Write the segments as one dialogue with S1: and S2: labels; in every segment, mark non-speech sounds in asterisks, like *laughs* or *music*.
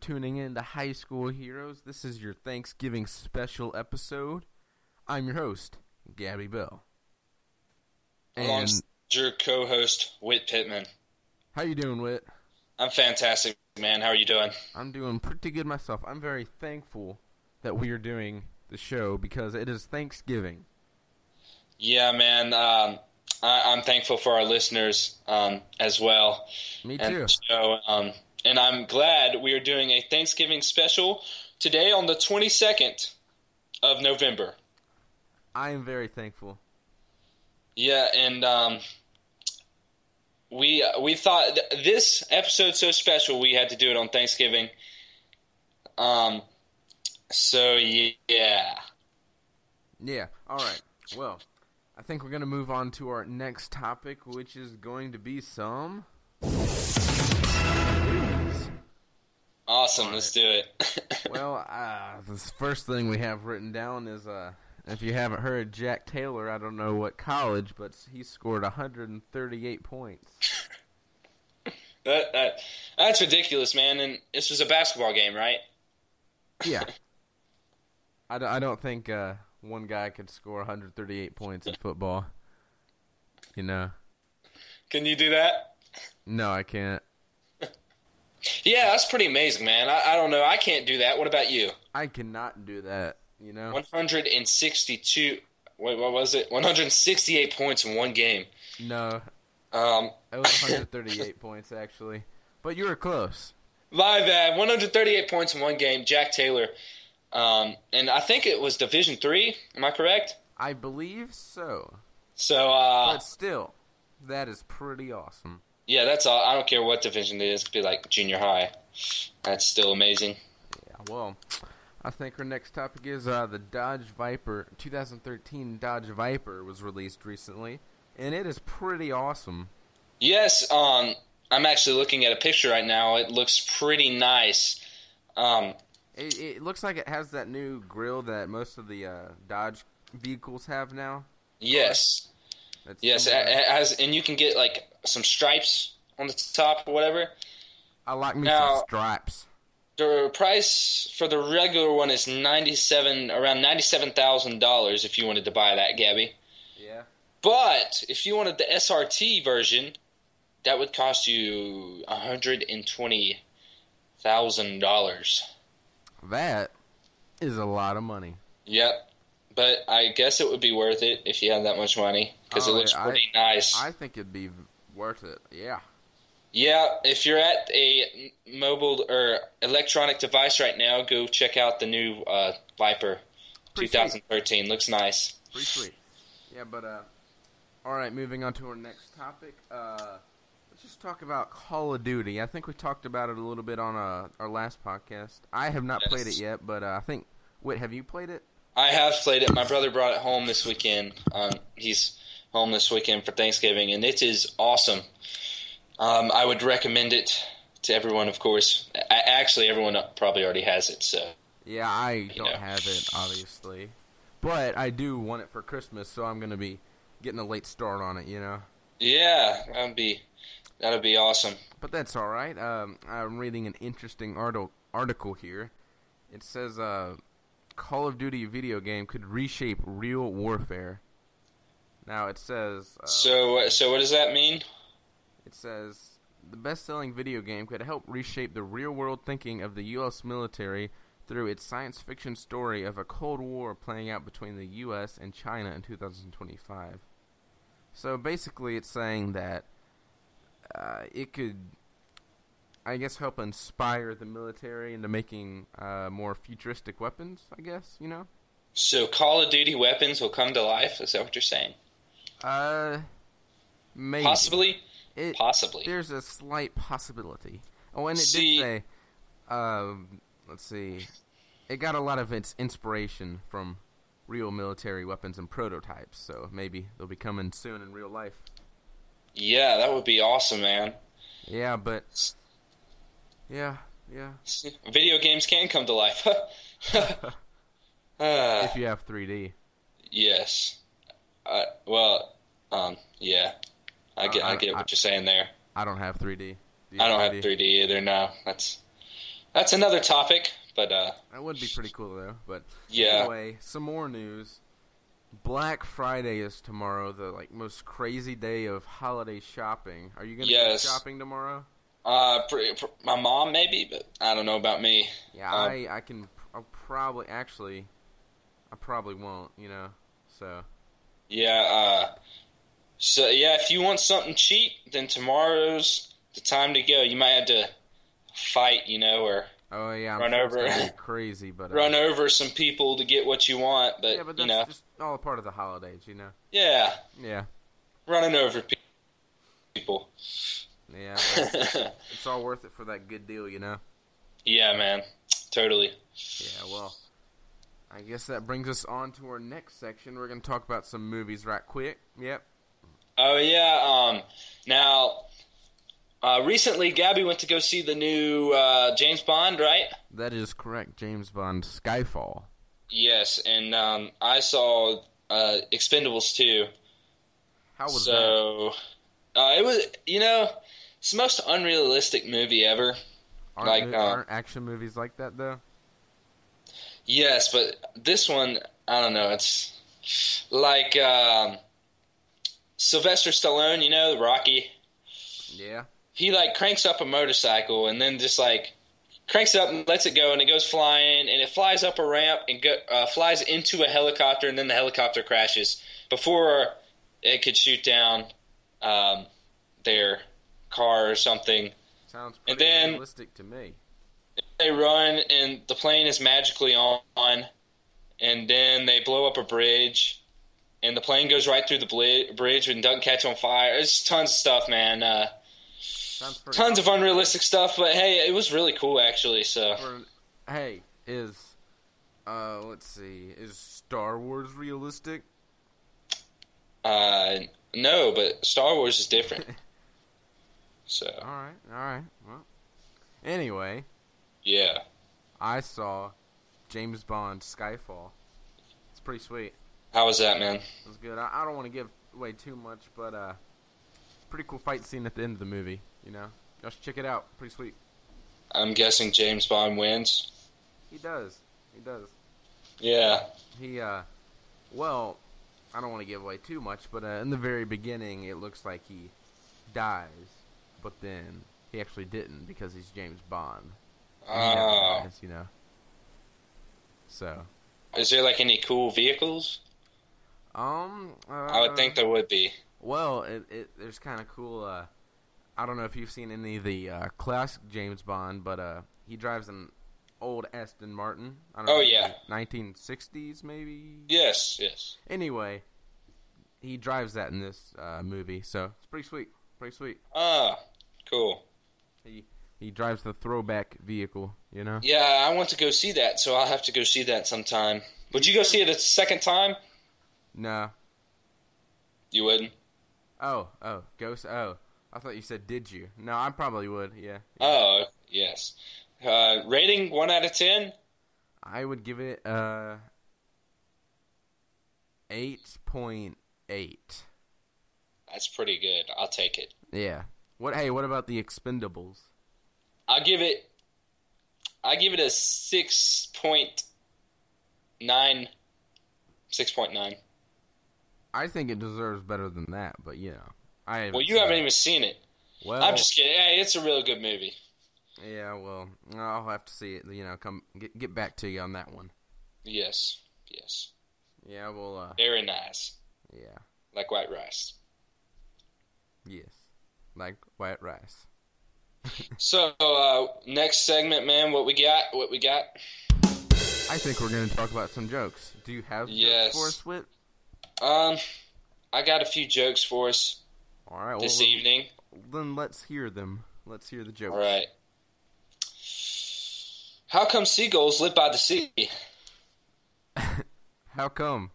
S1: tuning in to High School Heroes. This is your Thanksgiving special episode. I'm your host, Gabby Bell. And
S2: Alongside your co-host Whit Pittman.
S1: how you doing, Whit?
S2: I'm fantastic, man. How are you doing?
S1: I'm doing pretty good myself. I'm very thankful that we are doing the show because it is Thanksgiving.
S2: Yeah, man. Um, I, I'm thankful for our listeners um, as well.
S1: Me
S2: and
S1: too.
S2: So, um, and I'm glad we are doing a Thanksgiving special today on the 22nd of November.
S1: I am very thankful.
S2: Yeah, and um, we we thought th- this episode's so special we had to do it on Thanksgiving. Um, so yeah.
S1: Yeah. All right. Well, I think we're going to move on to our next topic, which is going to be some news.
S2: Awesome, let's do it. *laughs*
S1: Well, uh, the first thing we have written down is uh, if you haven't heard, Jack Taylor, I don't know what college, but he scored 138 points.
S2: that, that, that's ridiculous, man. And this was a basketball game, right?
S1: Yeah. I, d- I don't think uh, one guy could score 138 points in football. You know?
S2: Can you do that?
S1: No, I can't.
S2: Yeah, that's pretty amazing, man. I, I don't know. I can't do that. What about you?
S1: I cannot do that, you know?
S2: 162. Wait, what was it? 168 points in one game.
S1: No,
S2: Um,
S1: It was 138 points actually, but you were close.
S2: my bad. 138 points in one game. Jack Taylor. Um, and I think it was Division Three. Am I correct?
S1: I believe so,
S2: So uh,
S1: but still, that is pretty awesome.
S2: yeah, that's all. I don't care what division it is. It could be like junior high. That's still amazing.
S1: Yeah, well, I think our next topic is uh, the Dodge Viper 2013 Dodge Viper was released recently, and it is pretty awesome.
S2: Yes, um, I'm actually looking at a picture right now. It looks pretty nice. Um,
S1: It, it looks like it has that new grill that most of the uh, Dodge vehicles have now.
S2: yes,
S1: That's
S2: yes,
S1: similar.
S2: a- a- as and you can get like some stripes on the top or whatever.
S1: I like me
S2: Now-
S1: some stripes.
S2: The price for the regular one is ninety-seven, around ninety-seven thousand dollars if you wanted to buy that, Gabby.
S1: Yeah.
S2: But if you wanted the SRT version, that would cost you hundred and twenty thousand dollars.
S1: That is a lot of money.
S2: Yep. But I guess it would be worth it if you had that much money because
S1: Oh,
S2: it looks
S1: yeah, I-
S2: pretty nice.
S1: I think it'd be worth it. Yeah.
S2: yeah, if you're at a m- mobile or electronic device right now, go check out the new uh, Viper
S1: Pretty sweet.
S2: 2013. Looks nice.
S1: Pretty sweet. Yeah, but uh, all right. Moving on to our next topic. Uh, let's just talk about Call of Duty. I think we talked about it a little bit on uh, our last podcast. I have not played it
S2: Yes.
S1: yet, but uh, I think. Wait, have you played it?
S2: I have played it. My brother brought it home this weekend. Um, he's home this weekend for Thanksgiving, and it is awesome. Um, I would recommend it to everyone, of course. A- actually, everyone probably already has it, so.
S1: Yeah, I don't
S2: Yeah.
S1: have it, obviously, but I do want it for Christmas, so I'm gonna be getting a late start on it. You know.
S2: Yeah, that'd be that'd be awesome.
S1: But that's all right. Um, I'm reading an interesting article article here. It says uh, Call of Duty video game could reshape real warfare. Now it says uh,
S2: So uh, so what does that mean?
S1: it says the best-selling video game could help reshape the real-world thinking of the U.S. military through its science fiction story of a Cold War playing out between the U.S. and China in 2025. So basically, it's saying that uh, it could, I guess, help inspire the military into making uh, more futuristic weapons. I guess you know.
S2: So Call of Duty weapons will come to life. Is that what you're saying?
S1: Uh, maybe
S2: Possibly,
S1: It-
S2: possibly.
S1: There's a slight possibility. Oh, and it
S2: See-
S1: did say, um, let's see, it got a lot of its inspiration from real military weapons and prototypes. So maybe they'll be coming soon in real life.
S2: Yeah, that would be awesome, man. *laughs*
S1: Yeah, but yeah, yeah.
S2: Video games can come to life. *laughs* uh,
S1: If you have 3D,
S2: yes. Uh, well, um, yeah. I get, I get what you're saying there.
S1: I don't have 3D. Do you
S2: I don't
S1: have
S2: have 3D either. No, that's That's another topic, but uh,
S1: That would be pretty cool though. But
S2: Yeah.
S1: anyway, some more news. Black Friday is tomorrow, the like most crazy day of holiday shopping. Are you gonna
S2: Yes.
S1: go shopping tomorrow?
S2: uh, pr- pr- my mom maybe, but I don't know about me.
S1: Yeah,
S2: Um,
S1: I I can I'll probably actually I probably won't, you know. So
S2: Yeah. Uh, so yeah, if you want something cheap, then tomorrow's the time to go. You might have to fight, you know, or
S1: oh yeah, I'm
S2: Run
S1: sure it's
S2: over.
S1: gonna be crazy, but uh,
S2: run over some people to get what you want. But,
S1: yeah, but that's
S2: you know,
S1: just all a part of the holidays, you know.
S2: yeah,
S1: Yeah,
S2: running over pe- people. *laughs*
S1: yeah, but it's all worth it for that good deal, you know.
S2: yeah, man, totally.
S1: Yeah, well, I guess that brings us on to our next section. We're going to talk about some movies right quick. Yep.
S2: Oh yeah. Um, now, uh, recently, Gabby went to go see the new uh, James Bond, right?
S1: That is correct. James Bond Skyfall.
S2: Yes, and um, I saw uh, Expendables too.
S1: How was that?
S2: So Uh, it was, you know, it's the most unrealistic movie ever.
S1: Aren't,
S2: like,
S1: mo-
S2: uh,
S1: aren't action movies like that, though?
S2: Yes, but this one, I don't know. It's like um, Sylvester Stallone, you know, Rocky.
S1: Yeah.
S2: He like cranks up a motorcycle and then just like cranks it up and lets it go and it goes flying and it flies up a ramp and go, uh, flies into a helicopter and then the helicopter crashes before it could shoot down um, their car or something.
S1: Sounds
S2: And
S1: pretty
S2: then-
S1: realistic to me.
S2: they run and the plane is magically on and then they blow up a bridge and the plane goes right through the bli- bridge and doesn't catch on fire it's tons of stuff man uh,
S1: Sounds pretty
S2: tons of unrealistic stuff but hey it was really cool actually so
S1: for- hey, is. Uh, let's see. Is Star Wars realistic?
S2: uh, no but star wars
S1: *laughs*
S2: is different so
S1: Alright, alright. Well. Anyway,
S2: yeah
S1: I saw James Bond Skyfall. It's pretty sweet.
S2: how was that man
S1: It was good. I, I don't want to give away too much, but uh, pretty cool fight scene at the end of the movie. You know, y'all should check it out. Pretty sweet.
S2: i'm guessing james bond wins
S1: He does. He does.
S2: yeah
S1: He uh, well, I don't want to give away too much, but uh, in the very beginning, it looks like he dies, but then he actually didn't because he's James Bond. And he never
S2: uh,
S1: dies, you know. So,
S2: is there like any cool vehicles
S1: um, uh,
S2: i would think there would be
S1: Well, it, it there's kind of cool. Uh, I don't know if you've seen any of the uh, classic James Bond, but uh, he drives an old Aston Martin. I don't
S2: Oh,
S1: know,
S2: yeah.
S1: 1960s maybe.
S2: yes yes
S1: Anyway, he drives that in this uh, movie, so it's pretty sweet. Pretty sweet.
S2: Ah, cool.
S1: He he drives the throwback vehicle, you know.
S2: Yeah, I want to go see that, so I'll have to go see that sometime. Would you go see it a second time?
S1: No.
S2: You wouldn't.
S1: Oh, oh, ghost. Oh, I thought you said did you? No, I probably would. Yeah.
S2: Oh, yes. Uh, rating one out of ten.
S1: I would give it uh eight point eight.
S2: That's pretty good. I'll take it.
S1: Yeah. What? Hey, what about the Expendables?
S2: I'll give it. I give it a six point nine. Six point nine.
S1: I think it deserves better than that, but you know, I. Haven't
S2: Well, you
S1: seen
S2: haven't
S1: it.
S2: even seen it. Oh.
S1: Well,
S2: I'm just kidding. Hey, it's a real good movie.
S1: yeah. Well, I'll have to see it. You know, come get get back to you on that one.
S2: Yes, yes.
S1: Yeah. Well. Uh,
S2: Very nice,
S1: yeah.
S2: like white rice.
S1: Yes. Like white rice.
S2: So uh, next segment, man. What we got? What we got?
S1: I think we're gonna talk about some jokes. Do you have
S2: Yes.
S1: jokes for us, Whit?
S2: Um, I got a few jokes for us
S1: All right. Well,
S2: this
S1: then-
S2: evening.
S1: Then let's hear them. Let's hear the jokes.
S2: All right. How come seagulls live by the sea?
S1: How come?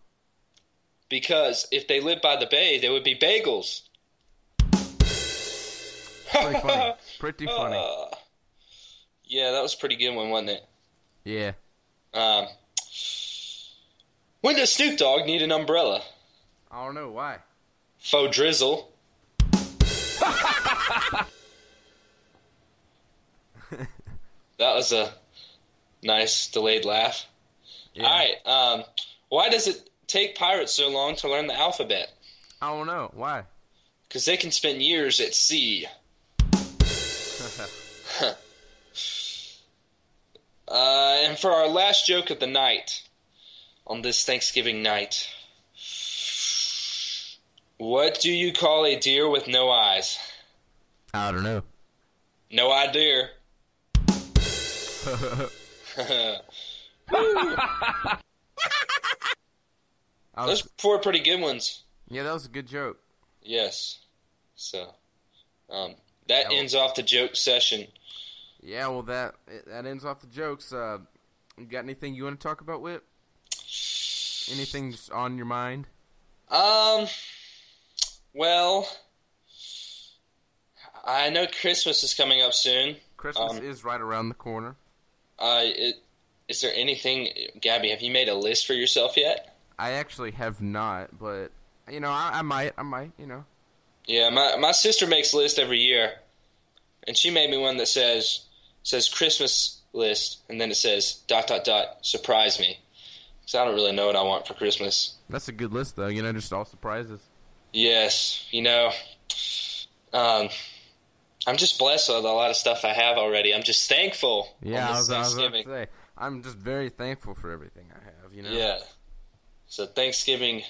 S2: Because if they lived by the bay, there would be bagels.
S1: Pretty
S2: *laughs*
S1: funny. Pretty funny.
S2: Uh, *laughs* yeah, that was a pretty good one, wasn't it?
S1: Yeah.
S2: Um, when does Snoop Dogg need an umbrella?
S1: I don't know why. *laughs*
S2: Faux drizzle. That was a nice delayed laugh.
S1: Yeah.
S2: All right. Um, why does it take pirates so long to learn the alphabet?
S1: I don't know why.
S2: Because they can spend years at sea. Uh, and for our last joke of the night, on this Thanksgiving night, what do you call a deer with no eyes?
S1: *laughs* I don't know.
S2: No idea.
S1: *laughs*
S2: *laughs*
S1: I
S2: Those
S1: was,
S2: were four pretty good ones.
S1: yeah, that was a good joke.
S2: Yes. So, um, that
S1: Yeah,
S2: ends off the joke session.
S1: Yeah, well that that ends off the jokes. Uh, you got anything you want to talk about, Whip? Anything's on your mind?
S2: Um, well, I know Christmas is coming up soon.
S1: Christmas
S2: Um,
S1: is right around the corner.
S2: Uh, it, is there anything, Gabby? Have you made a list for yourself yet?
S1: I actually have not, but you know, I, I might, I might, you know.
S2: Yeah, my my sister makes a list every year, and she made me one that says says Christmas list, and then it says dot dot dot surprise me, because I don't really know what I want for Christmas.
S1: That's a good list, though. You know, just all surprises.
S2: Yes, you know, um, I'm just blessed with a lot of stuff I have already. I'm just thankful.
S1: Yeah,
S2: on
S1: I
S2: this
S1: was, I was about to
S2: Thanksgiving.
S1: say, I'm just very thankful for everything I have. You know.
S2: Yeah. So Thanksgiving,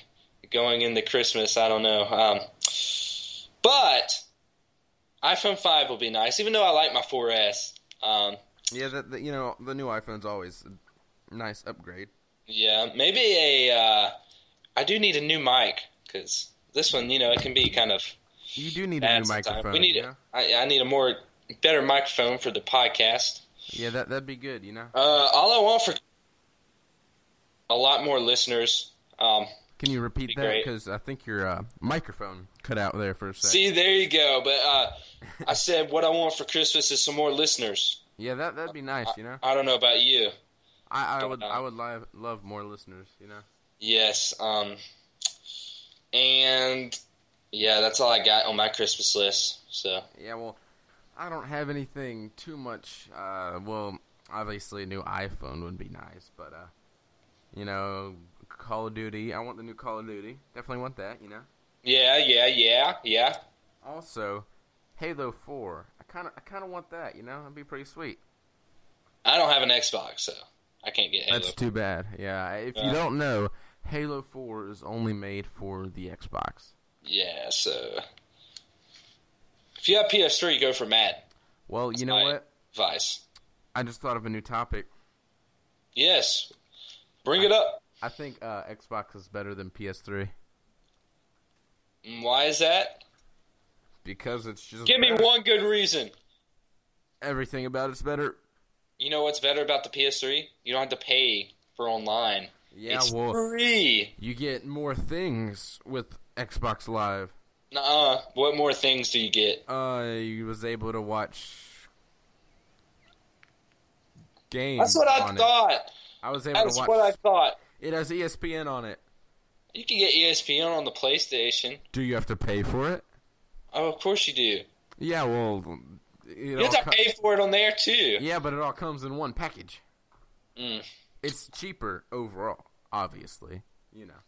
S2: going into Christmas, I don't know. Um, but iPhone five will be nice, even though I like my 4S. Um,
S1: Yeah. That, that you know, the new iPhone's always a nice upgrade.
S2: yeah, maybe a. Uh, I do need a new mic because this one, you know, it can be kind of
S1: You do need a
S2: bad
S1: new
S2: sometimes.
S1: microphone.
S2: We need.
S1: yeah?
S2: I, I need a more better microphone for the podcast.
S1: Yeah, that that'd be good. You know.
S2: Uh, all I want for a lot more listeners. Um,
S1: Can you repeat
S2: Be
S1: that?
S2: great.
S1: Because I think your uh, microphone cut out there for a second.
S2: see, there you go. But uh, I said what I want for Christmas is some more listeners.
S1: yeah, that that'd be nice. You know,
S2: I don't know about you.
S1: I, I
S2: don't
S1: would
S2: know.
S1: I would live, love more listeners. You know.
S2: Yes. Um, and yeah, that's all I got on my Christmas list. So
S1: Yeah, well, I don't have anything too much. Uh, well, obviously, a new iPhone would be nice, but uh, you know, Call of Duty. I want the new Call of Duty. Definitely want that. You know.
S2: yeah, yeah, yeah, yeah.
S1: Also, Halo Four. I kind of I kind of want that. You know, that'd be pretty sweet.
S2: I don't have an Xbox, so I can't get Halo.
S1: That's too bad. Yeah. If you
S2: Yeah.
S1: don't know, Halo Four is only made for the Xbox.
S2: yeah. So if you have PS3, go for Mad
S1: Well, you know
S2: Right.
S1: what?
S2: Vice.
S1: I just thought of a new topic.
S2: Yes. Bring it up.
S1: I think uh, Xbox is better than PS3
S2: Mm, Why is that?
S1: because it's just
S2: Give me
S1: better.
S2: one good reason.
S1: Everything about it's better.
S2: You know what's better about the PS3? You don't have to pay for online.
S1: Yeah,
S2: it's
S1: well,
S2: free.
S1: you get more things with Xbox Live.
S2: Nuh-uh. What more things do you get?
S1: Uh, you was able to watch games.
S2: That's what I
S1: on it.
S2: thought.
S1: I was able
S2: That's
S1: to watch.
S2: what I thought.
S1: It has E ESPN on it.
S2: You can get E ESPN on the PlayStation.
S1: Do you have to pay for it?
S2: Oh, of course you do. You
S1: Yeah, well, it all
S2: have to
S1: co-
S2: pay for it on there too.
S1: Yeah, but it all comes in one package.
S2: Mm.
S1: It's cheaper overall, obviously. You know.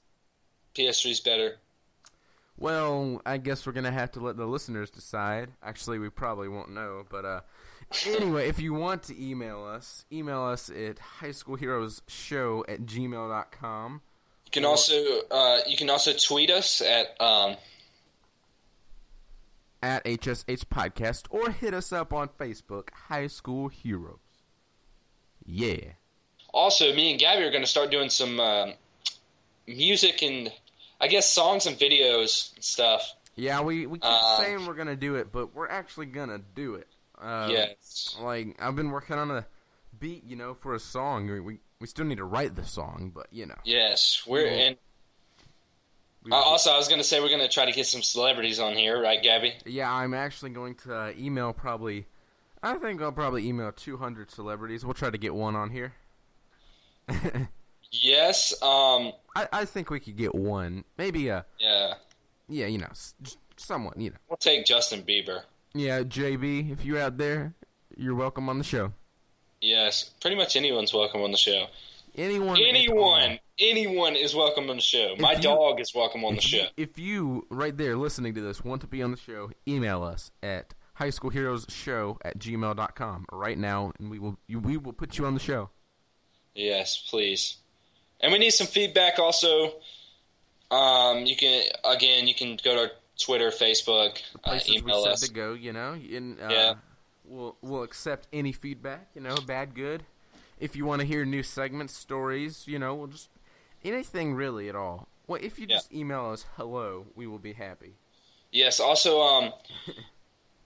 S2: PS3's better.
S1: Well, I guess we're gonna have to let the listeners decide. Actually, we probably won't know, but uh, anyway, if you want to email us, email us at highschoolheroesshow at gmail.com.
S2: You can also uh, you can also tweet us at um,
S1: At HSH Podcast or hit us up on Facebook, High School Heroes. Yeah.
S2: also me and Gabby are going to start doing some um, music and I guess songs and videos and stuff.
S1: Yeah, we, we keep
S2: Uh,
S1: saying we're gonna do it, but we're actually gonna do it. Uh,
S2: yes.
S1: like I've been working on a beat, you know, for a song. We we, we still need to write the song, but you know.
S2: Yes, we're
S1: Well,
S2: and
S1: we-
S2: uh, also I was gonna say we're gonna try to get some celebrities on here, right, Gabby?
S1: yeah, I'm actually going to uh, email probably. I think I'll probably email 200 celebrities. We'll try to get one on here. *laughs*
S2: Yes. Um.
S1: I, I think we could get one, maybe a
S2: Yeah.
S1: yeah, you know, s- j- someone, you know,
S2: We'll take Justin Bieber.
S1: yeah, JB, if you're out there, you're welcome on the show.
S2: Yes, pretty much anyone's welcome on the show.
S1: Anyone, at all.
S2: Anyone, anyone is welcome on the show. My
S1: you-
S2: dog is welcome on the
S1: If you-
S2: show.
S1: If you right there listening to this want to be on the show, email us at high school heroes show at gmail.com right now and we will you, we will put you on the show.
S2: Yes, please. And we need some feedback also. Um, you can again, you can go to our Twitter, Facebook, uh,
S1: Places we
S2: email
S1: said
S2: us.
S1: to go, you know. And, uh,
S2: Yeah.
S1: We'll we'll accept any feedback, you know, bad, good. If you want to hear new segments, stories, you know, we'll just anything really at all. Well, if you
S2: Yeah.
S1: just email us hello, we will be happy.
S2: Yes. Also, um,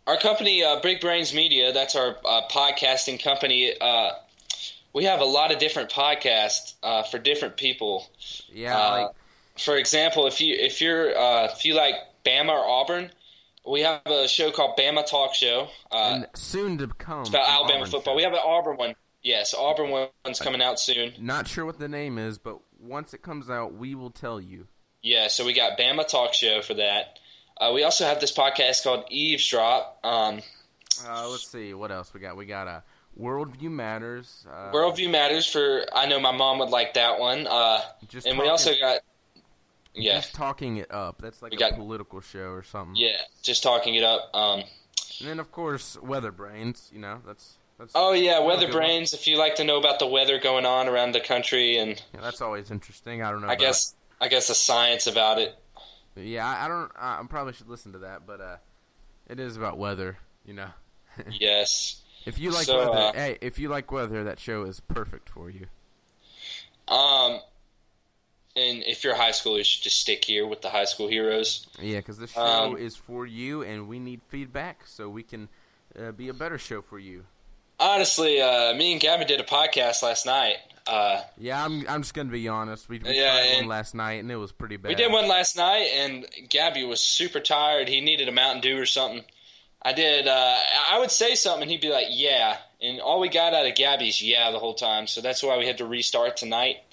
S2: our company, uh, Big Brains Media, that's our uh, podcasting company. Uh, we have a lot of different podcasts uh, for different people.
S1: Yeah,
S2: Uh,
S1: like
S2: for example, if you if you're uh, if you like Bama or Auburn, we have a show called Bama Talk Show uh,
S1: and soon to come
S2: about
S1: an
S2: Alabama
S1: Auburn
S2: football.
S1: show.
S2: We have an Auburn one. Yes, Auburn one's coming out soon.
S1: Not sure what the name is, but once it comes out, we will tell you.
S2: Yeah, so we got Bama Talk Show for that. Uh, we also have this podcast called Eavesdrop. Um,
S1: Uh, let's see what else we got. We got uh, worldview matters. Uh,
S2: Worldview Matters for I know my mom would like that one. Uh,
S1: Just
S2: and we
S1: talking-
S2: also got yeah,
S1: Just talking it up. That's like
S2: We
S1: a
S2: got-
S1: political show or something.
S2: yeah, just talking it up. Um,
S1: And then of course weather brains. You know that's that's.
S2: oh yeah,
S1: that's a
S2: Weather
S1: good one.
S2: Brains. If you like to know about the weather going on around the country and
S1: Yeah, that's always interesting. I don't know.
S2: I
S1: about-
S2: guess I guess the science
S1: *laughs*
S2: about it.
S1: Yeah, I, I don't. I, I probably should listen to that, but uh, it is about weather. You know,
S2: Yes.
S1: if you like
S2: So,
S1: weather,
S2: uh,
S1: hey, if you like weather, that show is perfect for you.
S2: Um, and if you're high school, you should just stick here with the high school heroes.
S1: Yeah, because this show
S2: Um,
S1: is for you, and we need feedback so we can uh, be a better show for you.
S2: Honestly, uh, me and Gavin did a podcast last night. Uh,
S1: Yeah, I'm. I'm just gonna be honest. We, we
S2: Yeah,
S1: tried one
S2: and-
S1: last night, and it was pretty bad.
S2: we did one last night, and Gabby was super tired. He needed a Mountain Dew or something. I did. Uh, I- I would say something, and he'd be like, "Yeah," and all we got out of Gabby's "yeah" the whole time. So that's why we had to restart tonight.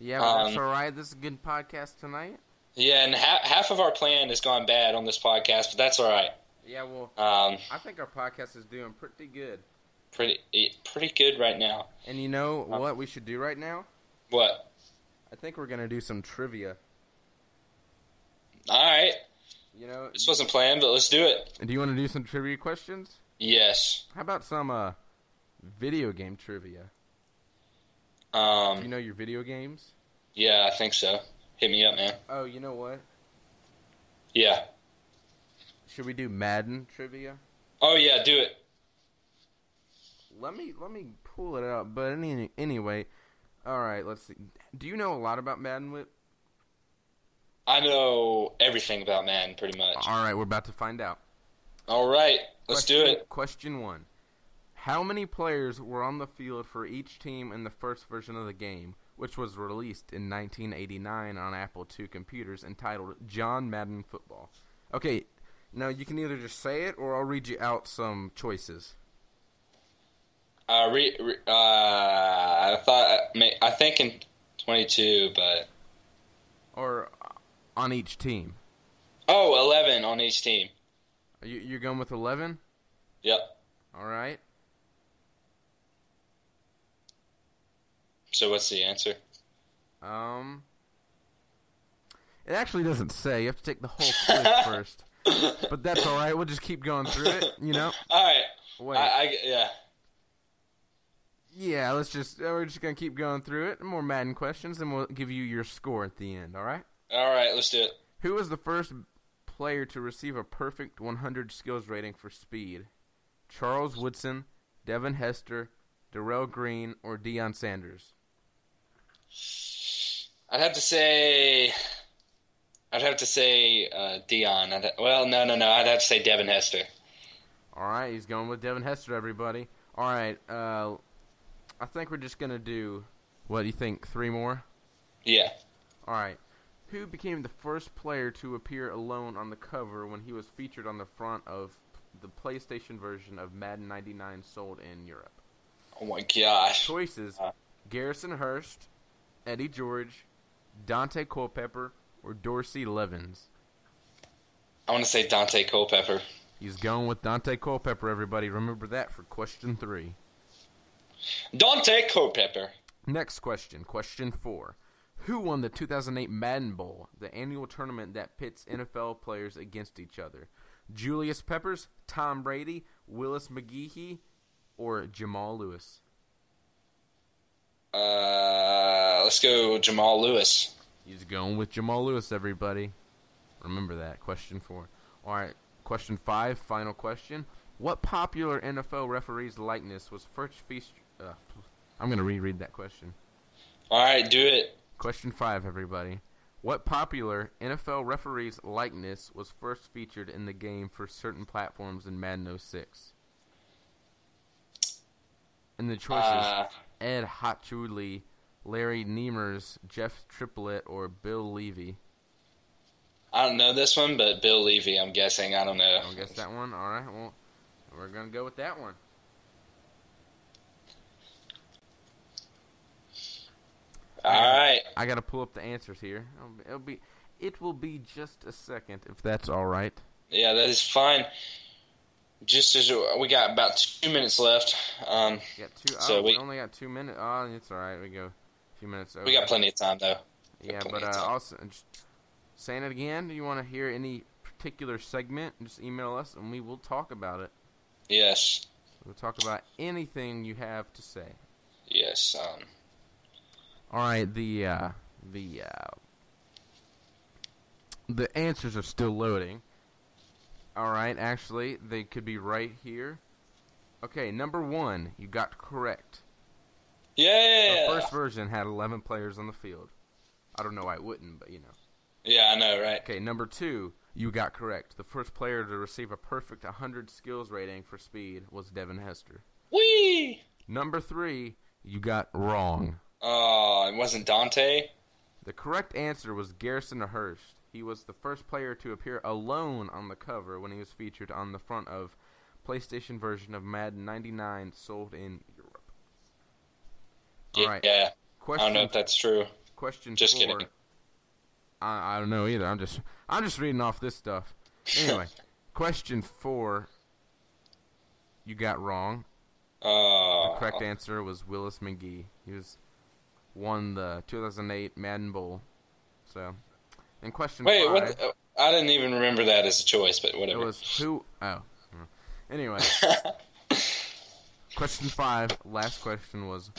S1: Yeah, but that's
S2: um,
S1: all right. This is a good podcast tonight.
S2: Yeah, and ha- half of our plan has gone bad on this podcast, but that's all right.
S1: Yeah, well,
S2: Um,
S1: I think our podcast is doing pretty good.
S2: pretty pretty good right now.
S1: And you know what we should do right now?
S2: What?
S1: I think we're gonna do some trivia.
S2: All right.
S1: You know,
S2: This wasn't planned, but let's do it.
S1: do you want to do some trivia questions?
S2: Yes.
S1: How about some uh, video game trivia? Do you
S2: Um,
S1: know your video games?
S2: yeah, I think so. Hit me up, man.
S1: Oh, you know what?
S2: Yeah.
S1: Should we do Madden trivia?
S2: Oh yeah, do it.
S1: Let me let me pull it up. But any, anyway, all right. Let's see. Do you know a lot about Madden Whip?
S2: I know everything about Madden pretty much.
S1: All right, we're about to find out.
S2: All right, let's do
S1: question,
S2: it.
S1: Question one: How many players were on the field for each team in the first version of the game, which was released in 1989 on Apple II computers, entitled John Madden Football? Okay, now you can either just say it, or I'll read you out some choices.
S2: Uh, re, re, uh, I thought ma- I think in twenty two, but
S1: Or uh, on each team.
S2: oh, 11 on each team.
S1: Are You, you're going with 11.
S2: Yep.
S1: All right.
S2: So what's the answer?
S1: Um. It actually doesn't say. You have to take the
S2: *laughs*
S1: whole quiz first. But that's all right. We'll just keep going through it. You know.
S2: All right.
S1: Wait.
S2: I, I yeah.
S1: Yeah, let's just uh, we're just gonna keep going through it. More Madden questions, and we'll give you your score at the end. All right.
S2: All right, let's do it.
S1: Who was the first player to receive a perfect 100 skills rating for speed? Charles Woodson, Devin Hester, Darrell Green, or Deion Sanders?
S2: I'd have to say, I'd have to say uh, Dion. I'd, well, no, no, no. I'd have to say Devin Hester.
S1: All right, he's going with Devin Hester, everybody. All right, uh, I think we're just gonna do. What do you think? Three more.
S2: Yeah.
S1: All right. Who became the first player to appear alone on the cover when he was featured on the front of the PlayStation version of Madden 99 sold in Europe?
S2: Oh my gosh.
S1: Choices: Garrison Hurst, Eddie George, Dante Culpepper, or Dorsey Levins.
S2: I want to say Dante Culpepper.
S1: He's going with Dante Culpepper, everybody. Remember that for question three.
S2: Dante Culpepper.
S1: Next question, question four. Who won the 2008 Madden Bowl, the annual tournament that pits NFL players against each other? Julius Peppers, Tom Brady, Willis McGehee, or Jamal Lewis?
S2: Uh, let's go Jamal Lewis.
S1: He's going with Jamal Lewis, everybody. Remember that. Question four. All right, question five, final question. What popular NFL referee's likeness was first featured? Uh, I'm going to reread that question.
S2: All right, do it.
S1: Question five, everybody. What popular NFL referee's likeness was first featured in the game for certain platforms in Madden 06? And the choices
S2: Uh.
S1: Ed Hotchuli, Larry Niemers, Jeff Triplett, or Bill Levy.
S2: I don't know this one, but Bill Levy, I'm guessing. I don't know.
S1: I guess that one. All right. Well, we're gonna go with that one.
S2: All right.
S1: I gotta pull up the answers here. It'll be- It'll be, it will be just a second if that's all right.
S2: Yeah, that is fine. Just as we got about two minutes left, um,
S1: We got two.
S2: So
S1: oh, we
S2: we-
S1: only got two minutes. Oh, it's all right. We go a few minutes over.
S2: we got plenty of time though.
S1: Yeah,
S2: plenty
S1: but
S2: of
S1: uh,
S2: time.
S1: also just saying it again. Do you want to hear any particular segment? Just email us and we will talk about it.
S2: Yes,
S1: We'll talk about anything you have to say.
S2: yes. Um,
S1: All right, the uh, the uh, the answers are still loading. All right, actually, they could be right here. Okay, number one, you got correct.
S2: yeah,
S1: The first version had 11 players on the field. I don't know why it wouldn't, but you know.
S2: yeah. I know, right?
S1: Okay, number two, you got correct. The first player to receive a perfect 100 skills rating for speed was Devin Hester.
S2: Wee.
S1: Number three, you got wrong.
S2: Oh, it wasn't Dante.
S1: The correct answer was Garrison Hurst. He was the first player to appear alone on the cover when he was featured on the front of PlayStation version of Madden 99 sold in Europe.
S2: Yeah,
S1: Alright,
S2: yeah. I
S1: Question
S2: don't know if that's true.
S1: question
S2: Just
S1: four.
S2: kidding.
S1: I, I don't know either. I'm just I'm just reading off this
S2: *laughs*
S1: stuff. Anyway, question 4 you got wrong.
S2: Oh,
S1: Correct answer was Willis McGee. He was won the 2008 Madden Bowl. So, and question
S2: Wait,
S1: 5
S2: what? The, I didn't even remember that as a choice, but
S1: It
S2: whatever.
S1: was who? Oh. Mm.
S2: *laughs*
S1: Anyway. question five. Last question was,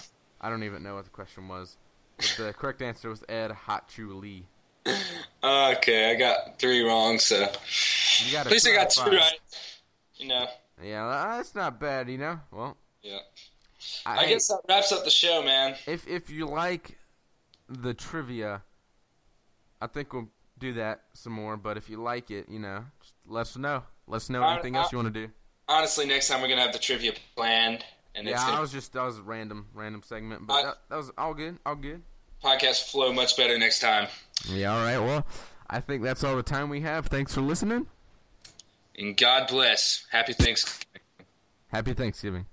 S1: I don't even know what the question was. But the correct answer was Ed Hotchu Lee.
S2: okay, I got three wrong, so at
S1: You got
S2: least I got two
S1: five.
S2: right. You know,
S1: Yeah, uh, that's not bad, you know. Well,
S2: yeah.
S1: I,
S2: I guess that wraps up the show, man.
S1: if if you like the trivia, I think we'll do that some more. But if you like it, you know, just let us know. Let us know
S2: I-
S1: anything
S2: I-
S1: else you want to do.
S2: Honestly, next time we're gonna have the trivia planned, and it's
S1: Yeah, I
S2: gonna
S1: was just that was random, random segment, but
S2: I-
S1: that, that was all good, all good.
S2: podcast flow much better next time.
S1: Yeah, all right. Well, I think that's all the time we have. Thanks for listening.
S2: And God bless. Happy Thanksgiving.
S1: Happy Thanksgiving.